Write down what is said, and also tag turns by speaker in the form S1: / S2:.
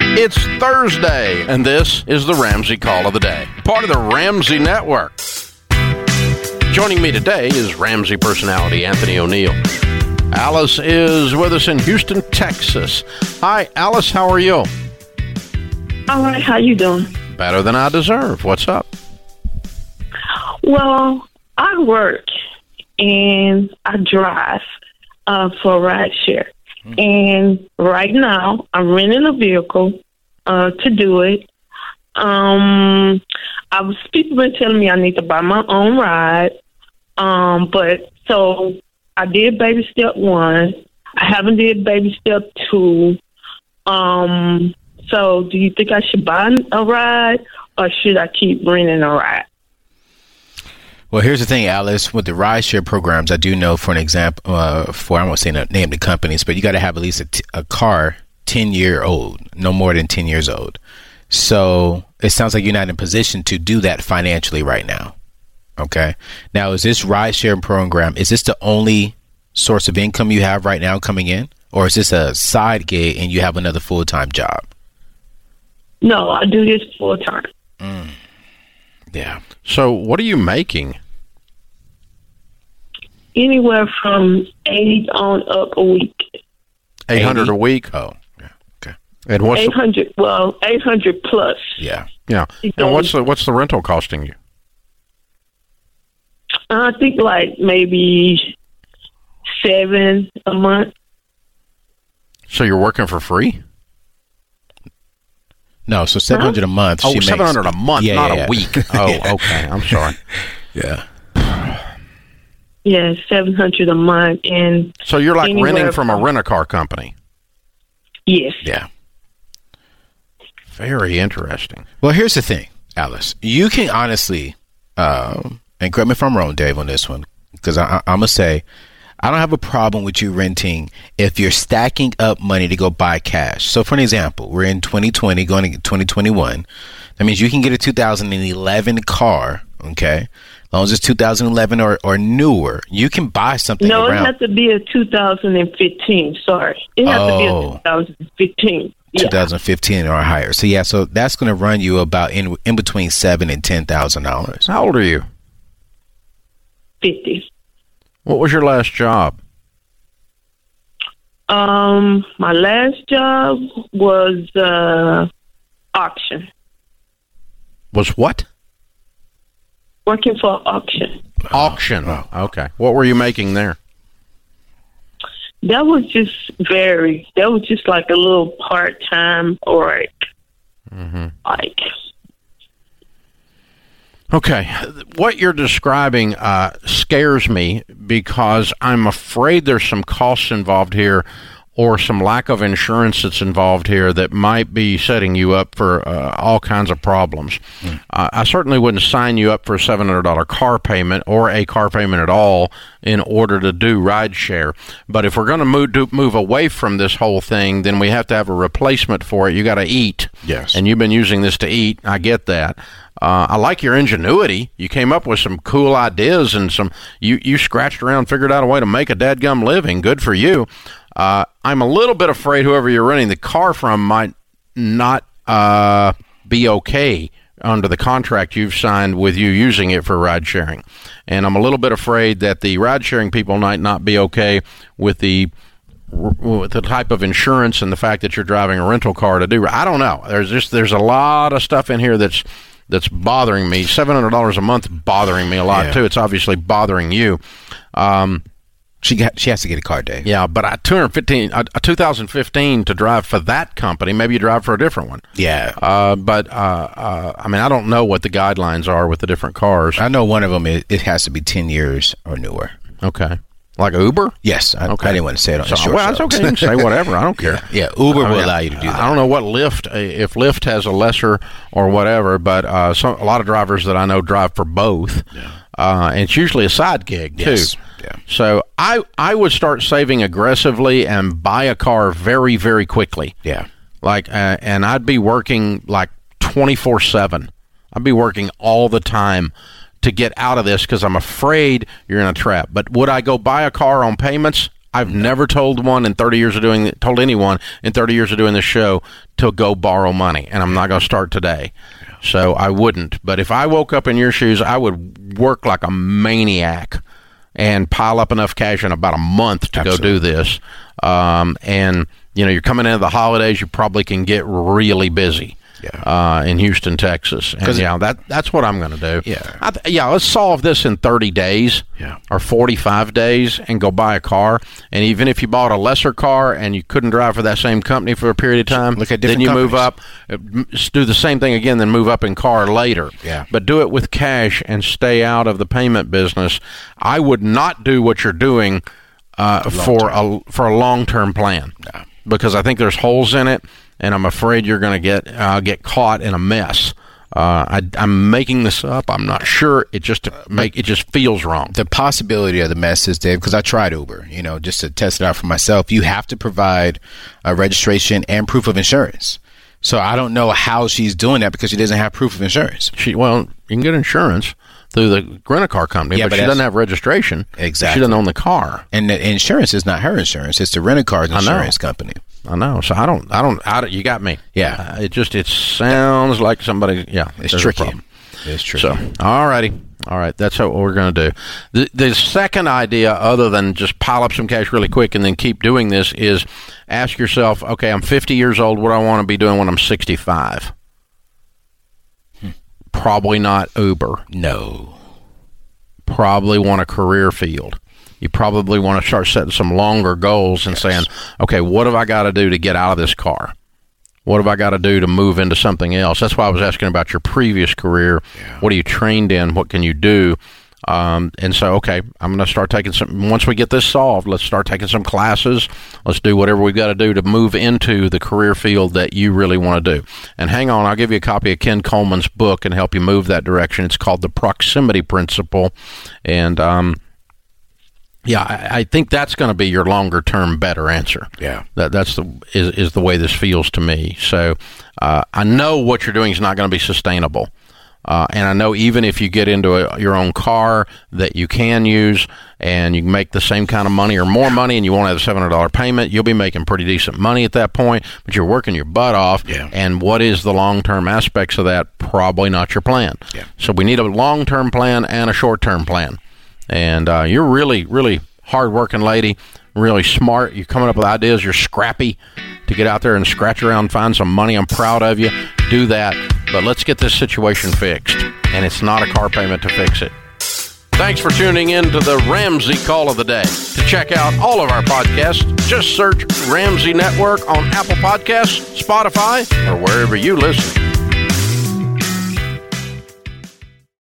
S1: It's Thursday, and this is the Ramsey Call of the Day, part of the Ramsey Network. Joining me today is Ramsey personality Anthony O'Neill. Alice is with us in Houston, Texas. Hi, Alice. How are you?
S2: All right, how you doing?
S1: Better than I deserve. What's up?
S2: Well, I work and I drive uh, for rideshare, and right now I'm renting a vehicle uh, to do it. Um, I was people been telling me I need to buy my own ride, um, but so I did baby step one. I haven't did baby step two. Um, so do you think I should buy a ride or should I keep renting a ride?
S3: Well, here's the thing, Alice. With the rideshare programs, I do know, for an example, uh, for I won't say no, name the companies, but you got to have at least a, t- a car ten year old, no more than ten years old. So it sounds like you're not in position to do that financially right now. Okay. Now, is this rideshare program? Is this the only source of income you have right now coming in, or is this a side gig and you have another full time job?
S2: No, I do this full time.
S3: Yeah.
S1: So, what are you making?
S2: Anywhere from eighty on up a week.
S1: Eight hundred a week,
S3: Oh. Yeah. Okay.
S1: and what's
S2: Eight
S1: the,
S2: hundred well, eight hundred plus.
S3: Yeah.
S1: yeah, and what's the what's the rental costing you?
S2: I think like maybe seven a month.
S1: So you're working for free?
S3: No. So seven hundred a month.
S1: Oh,
S3: she makes-
S1: 700 a month,
S3: Yeah,
S1: not
S3: yeah,
S1: a
S3: yeah.
S1: week. Oh, okay. I'm sorry.
S3: Yeah.
S2: Yeah, seven hundred a month and
S1: So you're like
S2: Anywhere
S1: renting from a
S2: from-
S1: rent a car company.
S2: yes.
S3: Yeah.
S1: Very interesting.
S3: Well, here's the thing, Alice. You can honestly, um, and correct me if I'm wrong, Dave, on this one, because I'm gonna say I don't have a problem with you renting if you're stacking up money to go buy cash. So, for an example, we're in 2020, going into 2021. That means you can get a 2011 car, okay? As long as it's 2011 or, or newer, you can buy something
S2: No, it
S3: around.
S2: has to be a two thousand and fifteen, sorry. It has to be a
S3: Oh.
S2: two thousand and fifteen. Yeah.
S3: 2015 or higher. So yeah, so that's going to run you about in in between seven and ten thousand dollars.
S1: How old are you?
S2: Fifty.
S1: What was your last job?
S2: Um, my last job was uh auction.
S1: Was what?
S2: Working for auction.
S1: Auction. Okay. What were you making there?
S2: That was just very. That was just like a little part time or like
S1: Okay. What you're describing uh, scares me because I'm afraid there's some costs involved here or some lack of insurance that's involved here that might be setting you up for uh, all kinds of problems. Uh, I certainly wouldn't sign you up for a $700 car payment or a car payment at all in order to do rideshare. But if we're going to move, do, move away from this whole thing, then we have to have a replacement for it. You got to eat.
S3: Yes.
S1: And you've been using this to eat. I get that. Uh, I like your ingenuity. You came up with some cool ideas and some you you scratched around, figured out a way to make a dadgum living. Good for you. Uh, I'm a little bit afraid whoever you're renting the car from might not uh, be okay under the contract you've signed with you using it for ride sharing, and I'm a little bit afraid that the ride sharing people might not be okay with the with the type of insurance and the fact that you're driving a rental car to do. I don't know. There's just there's a lot of stuff in here that's that's bothering me. Seven hundred dollars a month bothering me a lot
S3: Yeah.
S1: too. It's obviously bothering you.
S3: She got she has to get a car, Dave.
S1: Yeah, but a two hundred fifteen, a, a two thousand fifteen to drive for that company. Maybe you drive for a different one.
S3: Yeah.
S1: Uh, but uh, uh, I mean, I don't know what the guidelines are with the different cars.
S3: I know one of them. It, it has to be ten years or newer.
S1: Okay, like Uber.
S3: Yes, I,
S1: Okay.
S3: I didn't want to say it on the
S1: So,
S3: short
S1: well, that's
S3: show.
S1: okay. You can say whatever. I don't care.
S3: yeah, Uber
S1: I
S3: will
S1: mean,
S3: allow you to do
S1: I
S3: that.
S1: don't know what Lyft, uh, if Lyft has a lesser or whatever, but uh, some, a lot of drivers that I know drive for both. Uh, and it's usually a side gig, too.
S3: Yes. Yeah.
S1: So I, I would start saving aggressively and buy a car very, very quickly.
S3: Yeah.
S1: Like, uh, and I'd be working like 24 7. I'd be working all the time to get out of this because I'm afraid you're in a trap. But would I go buy a car on payments? I've never told one in 30 years of doing told anyone in 30 years of doing this show to go borrow money, and I'm not going to start today. So I wouldn't. But if I woke up in your shoes, I would work like a maniac and pile up enough cash in about a month to go do this. Um, and you know, you're coming into the holidays, you probably can get really busy.
S3: Yeah.
S1: Uh, in Houston, Texas, and
S3: 'Cause-
S1: yeah, that that's what I'm going to do.
S3: Yeah.
S1: I th- yeah. Let's solve this in 30 days
S3: Yeah.
S1: or 45 days and go buy a car. And even if you bought a lesser car and you couldn't drive for that same company for a period of time,
S3: Look at
S1: then
S3: different
S1: you move
S3: companies.
S1: up, uh, m- s- do the same thing again, then move up in car later.
S3: Yeah.
S1: But do it with cash and stay out of the payment business. I would not do what you're doing uh, for a for a long term plan because I think there's holes in it, and I'm afraid you're going to get uh, get caught in a mess. Uh, I, I'm making this up. I'm not sure. It just make it just feels wrong.
S3: the possibility of the mess is Dave because I tried Uber, you know, just to test it out for myself. You have to provide a registration and proof of insurance. So I don't know how she's doing that because she doesn't have proof of insurance.
S1: She well, you can get insurance through the rent a car company,
S3: Yeah,
S1: but,
S3: but
S1: she
S3: that's-
S1: doesn't have registration.
S3: Exactly.
S1: She doesn't own the car.
S3: And the insurance is not her insurance; it's the rental car's insurance company.
S1: I know. So I don't. I don't. I don't you got me.
S3: Yeah.
S1: Uh, it just it sounds like somebody. Yeah.
S3: It's
S1: there's a
S3: tricky.
S1: problem.
S3: It's tricky.
S1: So all righty. All right, that's what we're going to do. The, the second idea, other than just pile up some cash really quick and then keep doing this, is ask yourself, okay, I'm 50 years old. What do I want to be doing when I'm 65?
S3: Hmm.
S1: Probably not Uber.
S3: no,
S1: probably want a career field. You probably want to start setting some longer goals and saying, okay, what have I got to do to get out of this car? What have I got to do to move into something else? That's why I was asking about your previous career. What are you trained in? What can you do? Um, and so, okay, I'm going to start taking some. Once we get this solved, let's start taking some classes. Let's do whatever we've got to do to move into the career field that you really want to do. And hang on, I'll give you a copy of Ken Coleman's book and help you move that direction. It's called The Proximity Principle. And, um, yeah, I, I think that's going to be your longer term better answer.
S3: Yeah.
S1: that that's the is, is the way this feels to me. So uh, I know what you're doing is not going to be sustainable, uh, and I know even if you get into a, your own car that you can use and you can make the same kind of money or more money, and you won't have a seven hundred dollar payment, you'll be making pretty decent money at that point. But you're working your butt off,
S3: Yeah.
S1: and what is the long term aspects of that? Probably not your plan.
S3: Yeah.
S1: So we need a long term plan and a short term plan. And uh, you're really, really hard working lady, really smart. You're coming up with ideas. You're scrappy to get out there and scratch around, find some money. I'm proud of you. Do that. But let's get this situation fixed. And it's not a car payment to fix it. Thanks for tuning in to the Ramsey Call of the Day. To check out all of our podcasts, just search Ramsey Network on Apple Podcasts, Spotify, or wherever you listen.